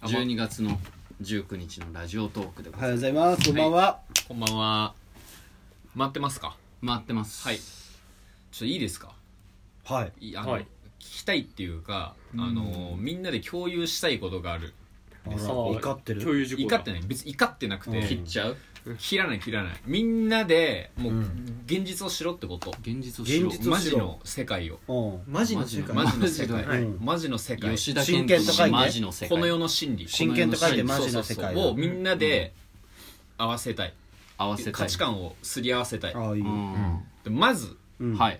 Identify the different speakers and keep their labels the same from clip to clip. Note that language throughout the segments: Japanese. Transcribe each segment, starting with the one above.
Speaker 1: あま
Speaker 2: 12月の19日のラジオトークでご
Speaker 1: お
Speaker 2: ざ
Speaker 1: はいようございますこんばんは
Speaker 3: こんばんは。待ってますか
Speaker 2: ます回ってます
Speaker 3: はい。ちょっといいですか
Speaker 1: はい
Speaker 3: いあの、
Speaker 4: はい
Speaker 3: 聞きたいっていうか、あの、みんなで共有したいことがある。
Speaker 1: あら
Speaker 4: あー
Speaker 1: 怒って
Speaker 4: 共
Speaker 1: る
Speaker 4: 有事項だ
Speaker 3: 怒ってない。別に怒ってなく
Speaker 1: うん
Speaker 2: 切っ、
Speaker 3: て
Speaker 2: ちゃう
Speaker 3: 切らない切らない。みんなで、もう、
Speaker 1: うん
Speaker 3: 現実をしろってこと。
Speaker 2: 現実をしろ
Speaker 1: 現実を
Speaker 3: マ
Speaker 1: し
Speaker 3: ジ
Speaker 1: ろ
Speaker 3: の世界を。
Speaker 1: うん
Speaker 4: マジの世界
Speaker 3: マジの世界。
Speaker 1: はい
Speaker 3: マジの世界。
Speaker 2: 吉田健人
Speaker 1: 真剣と書い
Speaker 2: 氏
Speaker 1: て
Speaker 2: マジの世界
Speaker 3: この世の真理。
Speaker 1: 真剣と書いて
Speaker 3: この世
Speaker 1: マジの世界
Speaker 3: そうそうそうをみんなで合わせたい。
Speaker 2: 合わせたい
Speaker 3: 価値観をすり合わせたい。
Speaker 1: ああいい
Speaker 2: うん
Speaker 3: でまず、
Speaker 1: うん
Speaker 2: はいい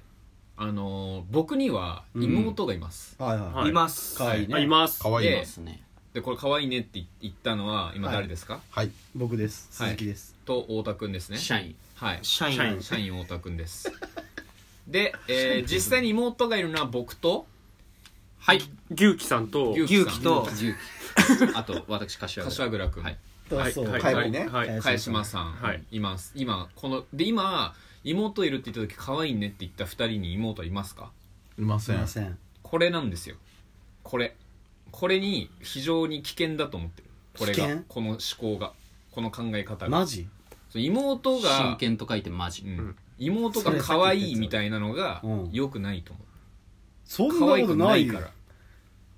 Speaker 3: あのー僕には妹がいます、
Speaker 1: はいはい
Speaker 4: はい
Speaker 5: ます
Speaker 1: 可愛い
Speaker 4: あい
Speaker 1: ね
Speaker 4: ます
Speaker 6: かわいい
Speaker 3: で
Speaker 2: ですね
Speaker 3: でこれ可愛いねって言ったのは今誰ですか、
Speaker 6: はい
Speaker 1: 僕です
Speaker 3: はい
Speaker 1: 鈴木です
Speaker 3: と太田くんですね
Speaker 2: 社員
Speaker 3: はい
Speaker 5: 社員
Speaker 4: 社員
Speaker 3: 社員太田くんですで、えー実際に妹がいるのは僕とはい
Speaker 4: 牛貴さんと
Speaker 3: 牛
Speaker 5: 牛貴と
Speaker 2: 重機あと私柏倉
Speaker 3: 柏倉くん、
Speaker 2: はい
Speaker 1: とそう
Speaker 4: はい
Speaker 1: かやぶね
Speaker 4: はい
Speaker 1: かやぶさん
Speaker 3: 茅島さん、
Speaker 4: はい
Speaker 3: います今こので今妹いるって言った時可愛いねって言った2人に妹はいますか
Speaker 6: いますせ
Speaker 1: い
Speaker 6: ん
Speaker 1: ません
Speaker 3: これなんですよこれこれに非常に危険だと思ってるこれ
Speaker 1: 危
Speaker 3: が
Speaker 1: 険
Speaker 3: この思考がこの考え方が
Speaker 1: マジ
Speaker 3: その妹が
Speaker 2: 真剣と書いてマジ
Speaker 3: うん
Speaker 4: うん
Speaker 3: 妹が可愛いみたいなのが
Speaker 1: うん
Speaker 3: 良くないと思う
Speaker 1: そんな
Speaker 3: 可
Speaker 1: こ
Speaker 3: 愛
Speaker 1: と
Speaker 3: く
Speaker 1: な
Speaker 3: ないい
Speaker 1: か
Speaker 3: からら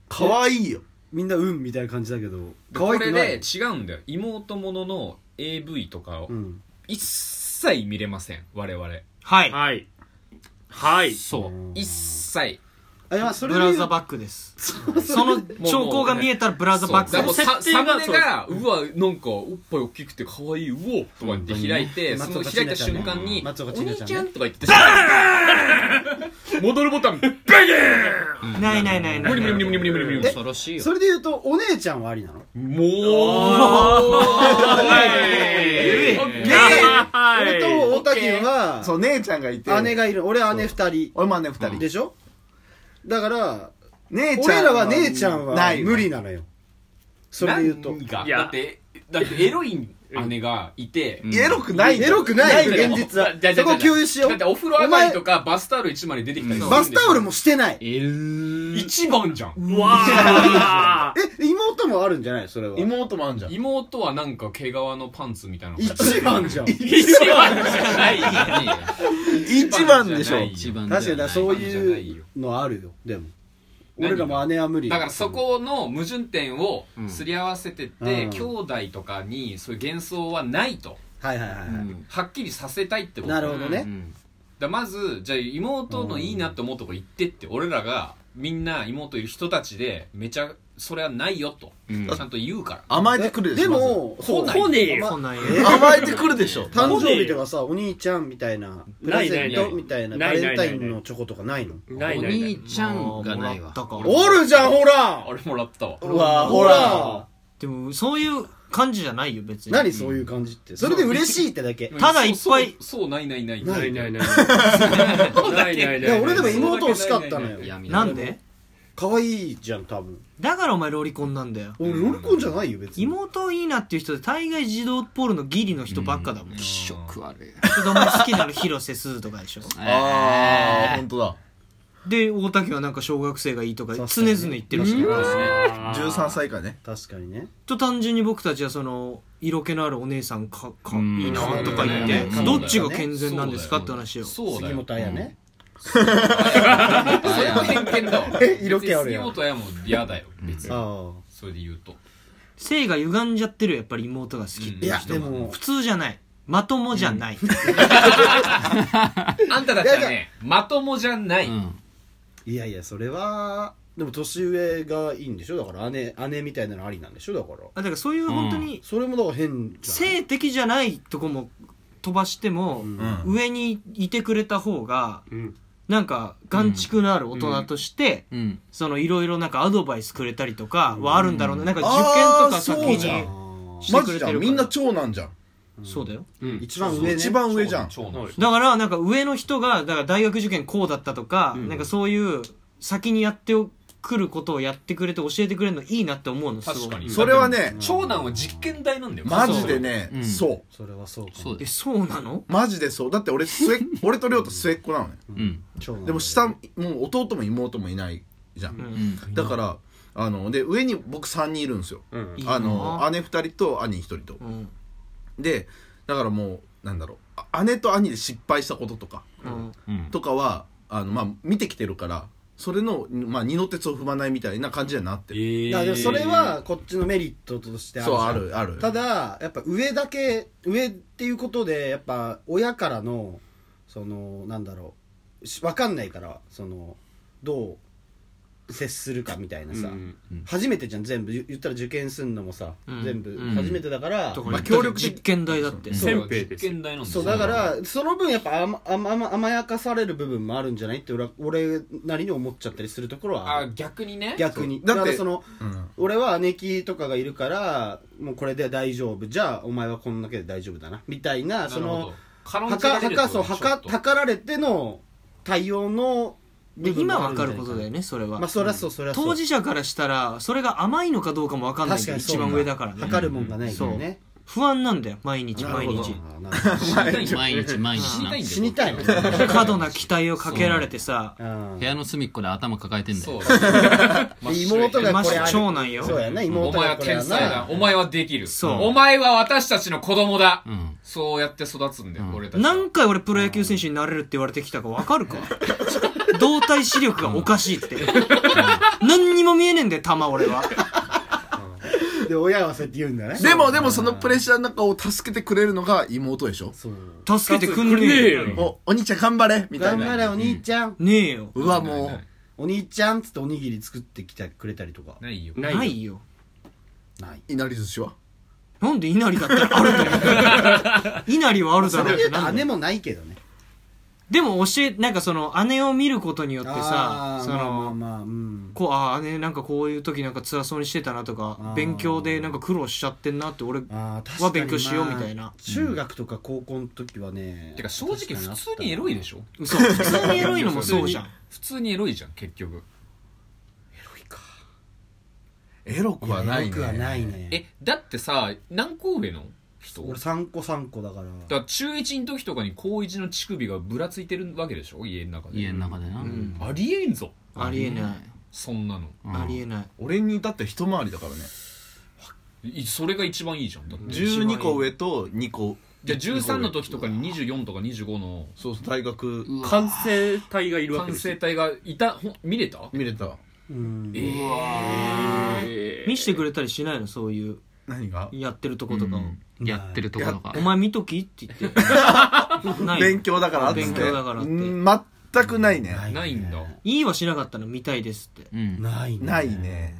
Speaker 6: かわいいよ
Speaker 1: みんなうんみたいな感じだけど
Speaker 3: で
Speaker 1: 可
Speaker 3: こ
Speaker 1: 愛く
Speaker 3: れ
Speaker 1: な
Speaker 3: で
Speaker 1: い
Speaker 3: 違うんだよ妹ものの AV とかを
Speaker 1: うん
Speaker 3: 一切見れません我々
Speaker 5: はい
Speaker 4: はいはい
Speaker 2: そううん
Speaker 3: 一切
Speaker 1: あいやそれ
Speaker 5: ブ
Speaker 1: で
Speaker 5: ラ
Speaker 1: 言
Speaker 5: ウ
Speaker 1: う
Speaker 5: ザバックですその兆候が見えたらブラウザバック
Speaker 3: そうだからも
Speaker 5: で
Speaker 3: う
Speaker 5: す
Speaker 3: さ
Speaker 4: 設定
Speaker 3: サ
Speaker 4: が
Speaker 3: ムネがうわなんかおっぱい大きくて可愛いうおとかって開いてそ
Speaker 1: 本当にね
Speaker 3: の開いた瞬間に「
Speaker 1: 松
Speaker 3: お
Speaker 1: 岡千
Speaker 3: 兄
Speaker 1: 奈ち
Speaker 3: ち
Speaker 1: ゃ
Speaker 3: ゃ
Speaker 1: ん
Speaker 3: ん」とか言って「戻るボタンベゲ
Speaker 5: ないないないない
Speaker 3: 無理無理無理無理無理無理
Speaker 2: 恐ろしいよ
Speaker 1: それで言うとお姉ちゃんはありなの
Speaker 3: もう
Speaker 1: で俺と大滝は
Speaker 6: そう姉ちゃんがいて
Speaker 1: 姉がいる俺は姉二人
Speaker 6: 俺も姉二人
Speaker 1: でしょだから
Speaker 6: 姉ちゃん
Speaker 1: 俺らは姉ちゃんは
Speaker 6: ない
Speaker 1: 無理なのよそれで言うと
Speaker 3: 何が
Speaker 4: いや
Speaker 3: だってだってエロい姉がいて
Speaker 2: うん
Speaker 6: エロくないよ
Speaker 1: エロくない
Speaker 3: だよ
Speaker 1: 現実
Speaker 3: だ
Speaker 1: は
Speaker 3: だだ
Speaker 1: そこ共有しよ
Speaker 3: だって
Speaker 1: う
Speaker 3: お風呂上がりとかバスタオル一枚で出てきたりするんで
Speaker 1: バスタオルもしてない
Speaker 2: える
Speaker 3: 一番じゃん
Speaker 4: うわー
Speaker 1: え妹もあるんじゃないそれは
Speaker 6: 妹もあんじゃん
Speaker 3: 妹はなんか毛皮のパンツみたいなの
Speaker 1: 一番じゃん
Speaker 3: 一番じゃないよ
Speaker 6: 一番でしょ
Speaker 2: 一番
Speaker 1: 確かにだそう
Speaker 3: じゃない
Speaker 1: い
Speaker 3: よ
Speaker 1: うのあるよでも
Speaker 3: 何
Speaker 1: 俺
Speaker 3: が
Speaker 1: らも姉は無理
Speaker 3: だからそこの矛盾点をすり合わせてっ
Speaker 1: うん
Speaker 3: て、
Speaker 1: うん
Speaker 3: 兄弟とかにそういう幻想はないと
Speaker 1: はいはいはいはい
Speaker 3: はっきりさせたいってこと
Speaker 1: なるほど
Speaker 2: う
Speaker 1: ね
Speaker 2: ん
Speaker 3: だまずじゃあ妹のいいなって思うとこ行ってって、俺らがみんな妹いる人たちでめちゃそれはないよと、
Speaker 2: うん
Speaker 3: ちゃんと言うから
Speaker 6: 甘え
Speaker 1: え
Speaker 6: てくるでし
Speaker 1: で
Speaker 6: ょ
Speaker 1: もそ
Speaker 3: 来
Speaker 1: う
Speaker 3: ない
Speaker 4: 来ねえ
Speaker 5: そ
Speaker 4: よ
Speaker 5: んなんや
Speaker 6: まず甘えてくるでしょ
Speaker 1: 誕生日とかさお兄ちゃんみたいなプレゼン
Speaker 3: ないな
Speaker 1: ト
Speaker 3: い
Speaker 1: みたいな
Speaker 4: な
Speaker 1: バ
Speaker 4: いな
Speaker 1: レン
Speaker 4: い
Speaker 1: タ
Speaker 4: ない
Speaker 1: インのチョコとかないの
Speaker 4: ない
Speaker 2: お
Speaker 4: ないない
Speaker 2: 兄ちゃんがない
Speaker 5: もらっ
Speaker 2: わ
Speaker 5: たか
Speaker 1: おるじゃんほら
Speaker 3: 俺もらったわ
Speaker 1: うわ
Speaker 6: ほら
Speaker 5: でもそういう感じじゃないよ別に
Speaker 1: 何そういう感じってそれで嬉しいってだけ
Speaker 5: ただいっぱい
Speaker 3: そうそうそうないないない
Speaker 4: ないないいないないないない
Speaker 1: い
Speaker 4: ない
Speaker 1: や俺でも妹欲しかったのよ
Speaker 2: 闇
Speaker 5: なんで
Speaker 1: 可愛いじゃん多分
Speaker 5: だからお前ロリコンなんだよ
Speaker 1: 俺ロリコンじゃないよ別に
Speaker 5: 妹いいなっていう人で大概児童ポルノギリの人ばっかだもん、
Speaker 3: うん
Speaker 5: ち
Speaker 2: 気色悪い
Speaker 5: ょっとお前好きなの広瀬すずとかでしょ
Speaker 6: ああ
Speaker 2: え
Speaker 6: 本当だ
Speaker 5: で大竹はなんか小学生がいいとか常
Speaker 1: 確か
Speaker 5: 々
Speaker 1: にね
Speaker 5: 言ってるし、
Speaker 6: 13歳以下ね
Speaker 1: 確かにね
Speaker 5: と単純に僕たちはその色気のあるお姉さんかか
Speaker 2: うん
Speaker 5: いいなとか言って、
Speaker 2: うん
Speaker 5: どっちが健全なんですかって話を
Speaker 3: そうだ
Speaker 1: 杉
Speaker 3: よ
Speaker 1: 本彩ね
Speaker 3: それは偏見だわ
Speaker 1: え色気あるやん
Speaker 3: 別に杉本やも嫌だよ別に
Speaker 1: あ
Speaker 3: それで言うと
Speaker 5: 性が歪んじゃってるよやっぱり妹が好きっ
Speaker 1: あ
Speaker 5: て
Speaker 1: い
Speaker 5: いう
Speaker 1: や
Speaker 5: 人
Speaker 1: で
Speaker 5: は
Speaker 1: も
Speaker 5: 普通じゃないまともじゃない、
Speaker 3: あんたたちはねまともじゃない、
Speaker 2: うん
Speaker 1: いやいやそれはでも年上がいいんでしょだから姉姉みたいなのありなんでしょだから
Speaker 5: あだからそういう本当に
Speaker 1: それもだから変じゃん
Speaker 5: 性的じゃないとこも飛ばしても、
Speaker 6: うん
Speaker 5: 上にいてくれた方が
Speaker 4: うん
Speaker 5: なんか眼蓄のある大人として、
Speaker 2: うん
Speaker 5: そのいろいろなんかアドバイスくれたりとかはあるんだろうね。なんか受験と
Speaker 6: あ
Speaker 5: か
Speaker 6: ー
Speaker 5: 先
Speaker 6: そう
Speaker 5: に。
Speaker 6: じゃん
Speaker 5: して
Speaker 6: マ
Speaker 5: く
Speaker 6: ジ
Speaker 5: れ
Speaker 6: じ
Speaker 5: て
Speaker 6: ゃ
Speaker 5: る
Speaker 6: ん
Speaker 5: から
Speaker 6: みんな長男じゃん
Speaker 5: そうだよ。
Speaker 4: うん
Speaker 1: 一番上ね
Speaker 6: 一番上じゃん
Speaker 3: 長
Speaker 4: は
Speaker 3: 男
Speaker 4: い
Speaker 5: だからなんか上の人が、だから大学受験こうだったとか、なんかそういう先にやってくることをやってくれて教えてくれるのいいなって思うの、すごい
Speaker 3: 確かに
Speaker 6: それはね
Speaker 3: 長男は実験台なんだよ
Speaker 6: マジで
Speaker 2: う
Speaker 6: ね
Speaker 2: ん
Speaker 6: そう
Speaker 1: それはそうかも
Speaker 2: そう
Speaker 5: え、
Speaker 2: です
Speaker 5: そうなの
Speaker 6: マジでそうだって俺末っ 俺と亮太末っ子なのね
Speaker 2: うん
Speaker 1: 長男
Speaker 6: でも下もう弟も妹もいないじゃんだからあので上に僕3人いるんですよ
Speaker 4: うん
Speaker 5: いいな
Speaker 6: あの姉2人と兄1人と
Speaker 5: うん
Speaker 6: でだからもうなんだろうあ姉と兄で失敗したこととか
Speaker 5: うん
Speaker 2: うん
Speaker 6: とかはあの、まあ、見てきてるからそれの、まあ、二の鉄を踏まないみたいな感じにはなってる、
Speaker 1: いやでもそれはこっちのメリットとしてある
Speaker 6: そう
Speaker 1: じゃん
Speaker 6: あるある
Speaker 1: ただやっぱ上だけ上っていうことでやっぱ親からのそのなんだろうしわかんないからそのどう接するかみたいなさ、
Speaker 4: うん
Speaker 1: 初めてじゃん全部言言ったら受験すんのもさ、
Speaker 5: うん
Speaker 1: 全部
Speaker 2: うん
Speaker 1: 初めてだから、
Speaker 5: とか
Speaker 6: まあ
Speaker 5: 言ったら
Speaker 6: 協力的
Speaker 5: 実験台だって
Speaker 6: うん
Speaker 3: そう
Speaker 4: 先兵です
Speaker 3: 実験台なん
Speaker 1: そうだからその分やっぱ甘甘甘甘やかされる部分もあるんじゃないって俺は俺なりに思っちゃったりするところはあ
Speaker 3: あ
Speaker 1: る
Speaker 3: 逆にね
Speaker 1: 逆に
Speaker 6: そう
Speaker 1: だ
Speaker 6: だって
Speaker 1: からその
Speaker 6: うん
Speaker 1: 俺は姉貴とかがいるからもうこれで大丈夫じゃあお前はこんだけで大丈夫だなみたいなそのはかはかそうはかたかられての対応の
Speaker 5: で
Speaker 1: 部分も
Speaker 5: 今
Speaker 1: ある
Speaker 5: わ
Speaker 1: んじ
Speaker 5: か
Speaker 1: ゃ
Speaker 5: る
Speaker 1: ない
Speaker 5: ことだよねそれは
Speaker 1: まあそりゃそうそりゃそう
Speaker 5: 当事者からしたらそれが甘いのかどうかもわかんない
Speaker 1: 確
Speaker 5: け
Speaker 1: か
Speaker 5: ど
Speaker 1: に
Speaker 5: 一番上だからね
Speaker 1: 測るもんがないからね
Speaker 5: 不安なんだよ毎日
Speaker 1: なる
Speaker 5: 毎
Speaker 1: ほど
Speaker 5: 日
Speaker 1: あーなるほど
Speaker 2: 死にたい毎日毎日な
Speaker 3: うん
Speaker 1: 死にたいもんね
Speaker 5: 過度 な期待をかけられてさ
Speaker 1: うん
Speaker 2: 部屋の隅っこで頭抱えてんだ
Speaker 3: そ
Speaker 2: よ
Speaker 3: う
Speaker 1: 妹が
Speaker 5: ま
Speaker 1: これ
Speaker 5: して
Speaker 1: あれ
Speaker 5: 長男よ
Speaker 1: そうやな
Speaker 3: お前
Speaker 1: 妹が
Speaker 3: は
Speaker 1: これ
Speaker 3: 天
Speaker 1: は
Speaker 3: 才だ
Speaker 1: な
Speaker 3: お前はできる
Speaker 5: そう
Speaker 3: お前は私たちの子供だ
Speaker 2: うん
Speaker 3: そうやって育つんだよ
Speaker 2: うん
Speaker 3: 俺たちは
Speaker 5: 何回俺プロ野球選手になれるって言われてきたかわかる か動体視力がおかしいって何にも見えねえんだよ球俺は
Speaker 1: で親はそうやって言うんだね
Speaker 6: でもでもそのプレッシャーの中を助けてくれるのが妹でしょ
Speaker 1: そう
Speaker 5: 助けてくんねえよ
Speaker 6: おお兄ちゃん頑張れみたい
Speaker 1: 頑
Speaker 6: な
Speaker 1: 張れお兄ちゃん
Speaker 5: ねえよ
Speaker 6: うわもう
Speaker 1: お兄ちゃんっつっておにぎり作ってきてくれたりとか
Speaker 3: ないよ
Speaker 4: な
Speaker 5: ない
Speaker 4: よ
Speaker 5: いよ
Speaker 1: ない
Speaker 6: いなり寿司は
Speaker 5: なんで稲荷だったらあるだろ稲荷はあるだ
Speaker 1: そ
Speaker 5: ろ
Speaker 1: れ
Speaker 5: う
Speaker 1: で
Speaker 5: け
Speaker 1: 言う
Speaker 5: ど
Speaker 1: と姉もないけどね
Speaker 5: でも教えなんかその姉を見ることによって
Speaker 1: あ
Speaker 5: さ
Speaker 1: ー
Speaker 5: そ
Speaker 1: まあ
Speaker 5: の
Speaker 1: まあまあうん
Speaker 5: こうあー姉なんかこういう時なんか辛そうにしてたなと
Speaker 1: あ
Speaker 5: か
Speaker 1: ー
Speaker 5: 勉強でなんか苦労しちゃってんなって俺
Speaker 1: あー確かに
Speaker 5: は勉強しようみたいな
Speaker 1: 中学とか高校の時はね
Speaker 3: てか正直普通にエロいでしょ
Speaker 5: 嘘普通にエロいのもそうじゃん
Speaker 3: 普通にエロいじゃん結局
Speaker 6: エロくはない
Speaker 1: よく
Speaker 6: ね
Speaker 1: はないね
Speaker 3: えだってさ何個上の人
Speaker 1: 俺3個3個だから
Speaker 3: だから中1の時とかに高1の乳首がぶらついてるわけでしょ家の中で
Speaker 2: 家の中でな
Speaker 5: うん
Speaker 3: ありえんぞ
Speaker 5: ありえない
Speaker 3: そんなの
Speaker 2: うん
Speaker 5: ありえない
Speaker 6: 俺にだって一回りだからね
Speaker 3: いそれが一番いいじゃんだって
Speaker 6: 12個上と2個
Speaker 3: じゃあ13の時とかに24とか25の
Speaker 6: そうそう大学
Speaker 4: 完成体がいるわ
Speaker 3: 完
Speaker 4: けです
Speaker 3: 成
Speaker 4: よ
Speaker 3: 体がいたほん見れた
Speaker 6: 見れた
Speaker 1: うん
Speaker 3: えー
Speaker 5: 見してくれたりしないのそういう
Speaker 6: 何が
Speaker 5: やってるとことかを
Speaker 2: うんやってるところが
Speaker 5: お前見ときって言ってない
Speaker 6: 勉強だからっつって
Speaker 5: 勉強だからって
Speaker 6: うん全くないね
Speaker 1: ない
Speaker 3: ないんだ
Speaker 5: いいはしなかったの見たいですって
Speaker 2: うん
Speaker 1: ないね
Speaker 6: ないね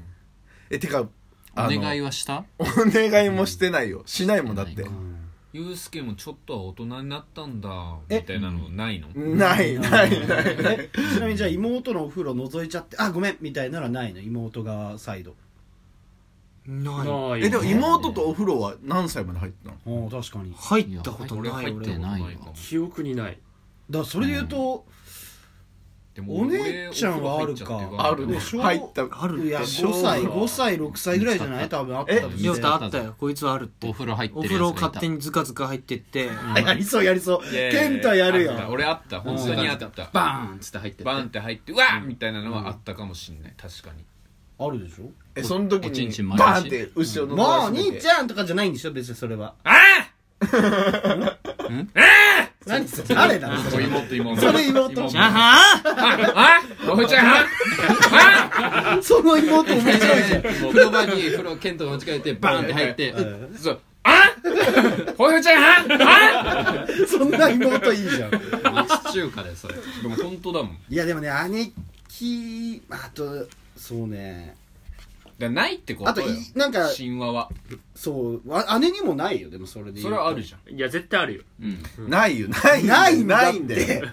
Speaker 6: えてか
Speaker 2: お
Speaker 6: あの
Speaker 2: 願いはした
Speaker 6: お願いもしてないよしないもんだって
Speaker 1: うん
Speaker 3: ゆうすけもちょっとは大人になったんだ
Speaker 1: え
Speaker 3: みたいなのないの
Speaker 6: ないないない
Speaker 1: えちなみにじゃあ妹のお風呂覗いちゃってあごめんみたいなのはないの妹が再度
Speaker 5: ない
Speaker 4: ない
Speaker 6: えでも妹とお風呂は何歳まで入ってたの
Speaker 1: お確かにだか
Speaker 5: 入ったことない
Speaker 3: や
Speaker 5: 俺
Speaker 3: 入って
Speaker 5: は
Speaker 3: ない
Speaker 2: 俺は
Speaker 3: わ
Speaker 4: 記憶にない
Speaker 1: らそれで言うと、
Speaker 3: で
Speaker 1: お姉ちゃんはあるか
Speaker 6: あるね
Speaker 1: でしょ
Speaker 6: 入った
Speaker 5: ある
Speaker 1: いや
Speaker 5: でしょ
Speaker 1: 5歳5歳6歳ぐらいじゃない多分あったと
Speaker 2: え
Speaker 1: し
Speaker 5: い
Speaker 1: て
Speaker 5: やだってあったよこいつはあるって
Speaker 2: お風呂入って
Speaker 5: お
Speaker 2: る
Speaker 5: 風
Speaker 2: やつ
Speaker 5: 呂
Speaker 2: がい
Speaker 5: 勝
Speaker 2: た
Speaker 5: 手にズカズカ入ってって
Speaker 1: あやりそうやりそう健太やるよ
Speaker 3: あった俺あった本当にあったバ
Speaker 2: バーンっつって入ってって
Speaker 3: ンって入ってうわっみたいなのはあったかもしんない確かに
Speaker 1: あるでしょ
Speaker 6: えその時
Speaker 2: おちんちん
Speaker 6: に
Speaker 2: 丸出し
Speaker 6: バーンって後ろのド
Speaker 1: もう
Speaker 6: ア
Speaker 1: お
Speaker 6: 閉めて
Speaker 1: 兄ちゃんとかじゃないんでしょ別にそれは
Speaker 3: あ
Speaker 1: 何それ誰だろ
Speaker 3: あ妹妹
Speaker 1: それ妹
Speaker 5: じゃあはあ
Speaker 3: あおちゃんあ
Speaker 1: その妹面白いじゃん
Speaker 2: 風呂場に風呂ケントが持ち帰ってバーンって入って
Speaker 3: そうあほよちゃんあ
Speaker 1: そんな妹いいじゃん
Speaker 2: 町中華でそれ
Speaker 3: でも本当だもんだか
Speaker 1: いやでもね姉貴あとそうね
Speaker 3: らないってこと
Speaker 1: あと
Speaker 3: よ
Speaker 1: いなんか
Speaker 3: 神話は
Speaker 1: そうわ姉にもないよでもそれで言う
Speaker 3: そ
Speaker 1: と
Speaker 3: れはあるじゃん
Speaker 4: いや絶対あるよ
Speaker 2: うん
Speaker 6: ないよない
Speaker 1: ないんだ
Speaker 6: ないんだよ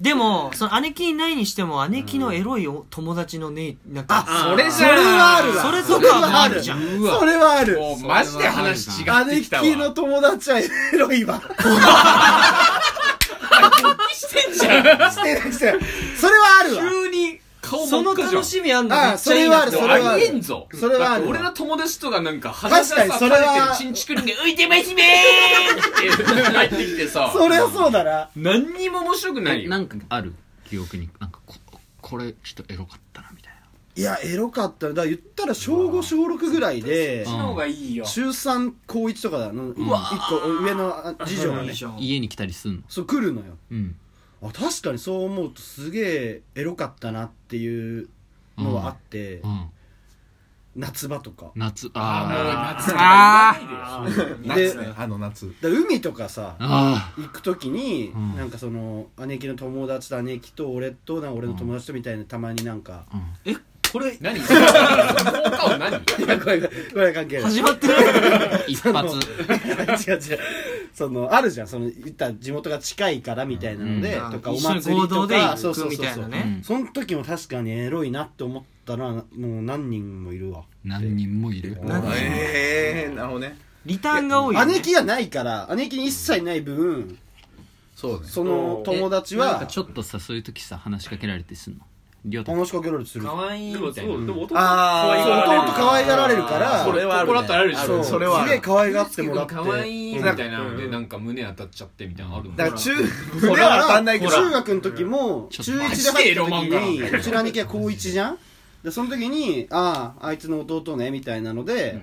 Speaker 5: でもその姉貴いないにしても姉貴のエロいお友達のねなんか
Speaker 4: あ
Speaker 3: それ
Speaker 1: そ
Speaker 3: じ
Speaker 1: れ
Speaker 3: ゃん
Speaker 1: はあるわ
Speaker 5: それ
Speaker 1: そ
Speaker 5: と
Speaker 1: れ
Speaker 5: か
Speaker 1: は
Speaker 5: も
Speaker 1: あ
Speaker 5: あ
Speaker 1: る
Speaker 5: る
Speaker 1: じ
Speaker 5: じ
Speaker 1: ゃ
Speaker 5: ゃ
Speaker 1: ん
Speaker 5: ん
Speaker 3: うわ
Speaker 1: それはある
Speaker 3: もうマジで話違って
Speaker 1: 姉
Speaker 3: きたわ
Speaker 1: 貴の友達はエロいわ
Speaker 3: してんじゃん
Speaker 1: してないしてないそれはあるわ
Speaker 3: 急に顔
Speaker 5: そ
Speaker 3: 真っ
Speaker 5: の
Speaker 3: 赤じゃ
Speaker 5: 楽
Speaker 3: ん
Speaker 5: しみあんだめっちゃいい
Speaker 1: あ
Speaker 5: な
Speaker 1: そ
Speaker 5: って
Speaker 1: れは
Speaker 3: ありえんぞ
Speaker 1: それはあ
Speaker 3: だ
Speaker 1: る
Speaker 3: って俺の友達とかなんか話が
Speaker 1: 確か
Speaker 3: さ
Speaker 1: にそ
Speaker 3: 垂
Speaker 1: れ
Speaker 3: れ
Speaker 1: は
Speaker 3: てるちんちくりんが浮いてますねーって入ってきてさ
Speaker 1: それはそうだな
Speaker 3: 何にも面白くない
Speaker 2: え
Speaker 3: よ
Speaker 2: なんかある記憶になんかここれちょっとエロかったなみたいな
Speaker 1: いやエロかっただから言ったら小5小6ぐらいで
Speaker 2: う
Speaker 3: そっちの方がいいよ
Speaker 1: 中3高1とかだの一個上のあ次女が
Speaker 5: い
Speaker 1: ね
Speaker 5: いじゃん
Speaker 2: 家に来たりすんの
Speaker 1: そう来るのよ
Speaker 2: うん
Speaker 1: あ確かにそう思うとすげえエロかったなっていうのはあって、
Speaker 2: うん
Speaker 1: 夏場とか
Speaker 2: 夏あ
Speaker 3: あ
Speaker 5: あ
Speaker 3: あ夏がないで
Speaker 1: で
Speaker 3: 夏ね
Speaker 6: あの夏
Speaker 1: だから海とかさ
Speaker 2: ああ
Speaker 1: 行く時に、
Speaker 2: うん
Speaker 1: なんかその姉貴の友達と姉貴と俺となんか俺の友達とみたいなたまになんか、
Speaker 2: あうん
Speaker 5: これ
Speaker 3: 何効果は何
Speaker 1: いやこれこれは関係ない
Speaker 5: 始まってない
Speaker 2: 一発
Speaker 1: 違う違うそのあるじゃんその言ったら地元が近いからみたいなので、
Speaker 2: うん
Speaker 1: とかお
Speaker 5: 一緒に
Speaker 1: 祭
Speaker 5: 行
Speaker 1: り
Speaker 5: 動
Speaker 1: と
Speaker 5: で
Speaker 1: か
Speaker 5: 行くみたいな
Speaker 2: う
Speaker 5: ね
Speaker 2: ん
Speaker 1: その時も確かにエロいなって思ったのはもう何人もいるわ
Speaker 2: 何人もいる
Speaker 1: 何人
Speaker 6: ええなるほどね
Speaker 5: リターンが多いよね
Speaker 1: 姉貴がないから姉貴に一切ない分
Speaker 6: そうね
Speaker 1: その友達
Speaker 2: なんか
Speaker 1: は
Speaker 2: ちょっとさそういう時さ話しかけられてすんのりょうた
Speaker 1: 話しかけられてする
Speaker 3: かわいい
Speaker 4: でも
Speaker 3: み
Speaker 4: そ
Speaker 3: た
Speaker 4: う
Speaker 3: いな
Speaker 4: でも弟
Speaker 6: あー
Speaker 4: 可愛がられる
Speaker 1: 弟可愛がられるから
Speaker 6: それはある、ね、
Speaker 3: 心当たりあるでしょ
Speaker 1: そう
Speaker 6: それはあ
Speaker 1: すげえ
Speaker 6: る
Speaker 1: 可愛がってもらって
Speaker 3: かわいいみたいなのでなんか胸当たっちゃってみたいなのあるもん
Speaker 6: だから中
Speaker 1: だ
Speaker 6: 腕は当たんないけど
Speaker 1: 中学の時も
Speaker 2: ち
Speaker 1: 中
Speaker 2: ょっと
Speaker 1: 1で入った時にうちの兄貴は高1じゃんでその時にあああいつの弟ねみたいなので、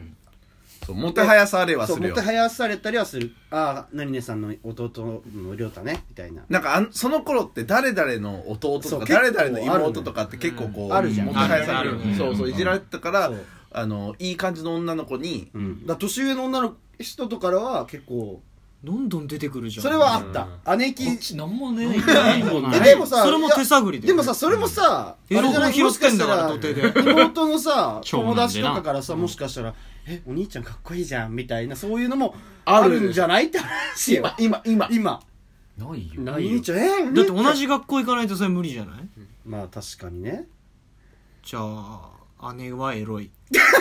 Speaker 6: そうもてはやされは
Speaker 1: そう
Speaker 6: する
Speaker 1: も
Speaker 6: よ
Speaker 1: てはやされたりはするああ何々さんの弟の亮太ねみたいな
Speaker 6: なんかあんその頃って誰々の弟
Speaker 1: そ
Speaker 6: と
Speaker 1: う
Speaker 6: か
Speaker 1: 結構
Speaker 6: 誰々の妹とかって結構こう、
Speaker 1: んあるじゃん
Speaker 6: もてはやされ
Speaker 5: あ
Speaker 6: る
Speaker 5: るね
Speaker 6: そうそういじられてたから、
Speaker 1: そう
Speaker 6: あのいい感じの女の子に
Speaker 1: うん、だから年上の女の人とからは結構
Speaker 5: どんどん出てくるじゃん
Speaker 1: それはあった、姉貴
Speaker 3: こっち何もね
Speaker 1: え
Speaker 2: ない
Speaker 1: でもさ
Speaker 5: それも手探り
Speaker 1: い
Speaker 5: で
Speaker 1: やでもさそれもさ
Speaker 5: エ
Speaker 1: あ
Speaker 5: ロ
Speaker 1: れじゃない
Speaker 5: 本拾ってんだから
Speaker 1: もし
Speaker 5: 土手
Speaker 1: したら妹のさ
Speaker 2: 長
Speaker 1: 友
Speaker 2: 男で
Speaker 1: 達
Speaker 2: な
Speaker 1: とかからさもしかしたら「えお兄ちゃんかっこいいじゃん」みたいなそういうのもあるんじゃないって話よ
Speaker 6: 今今
Speaker 1: 今
Speaker 3: ないよ
Speaker 1: お
Speaker 4: ないよ
Speaker 1: 兄ちゃんえお兄ちゃ
Speaker 5: だ
Speaker 1: ん
Speaker 5: って同じ学校行かないとそれ無理じゃない
Speaker 1: まあ確かにね
Speaker 5: じゃあ姉はエロい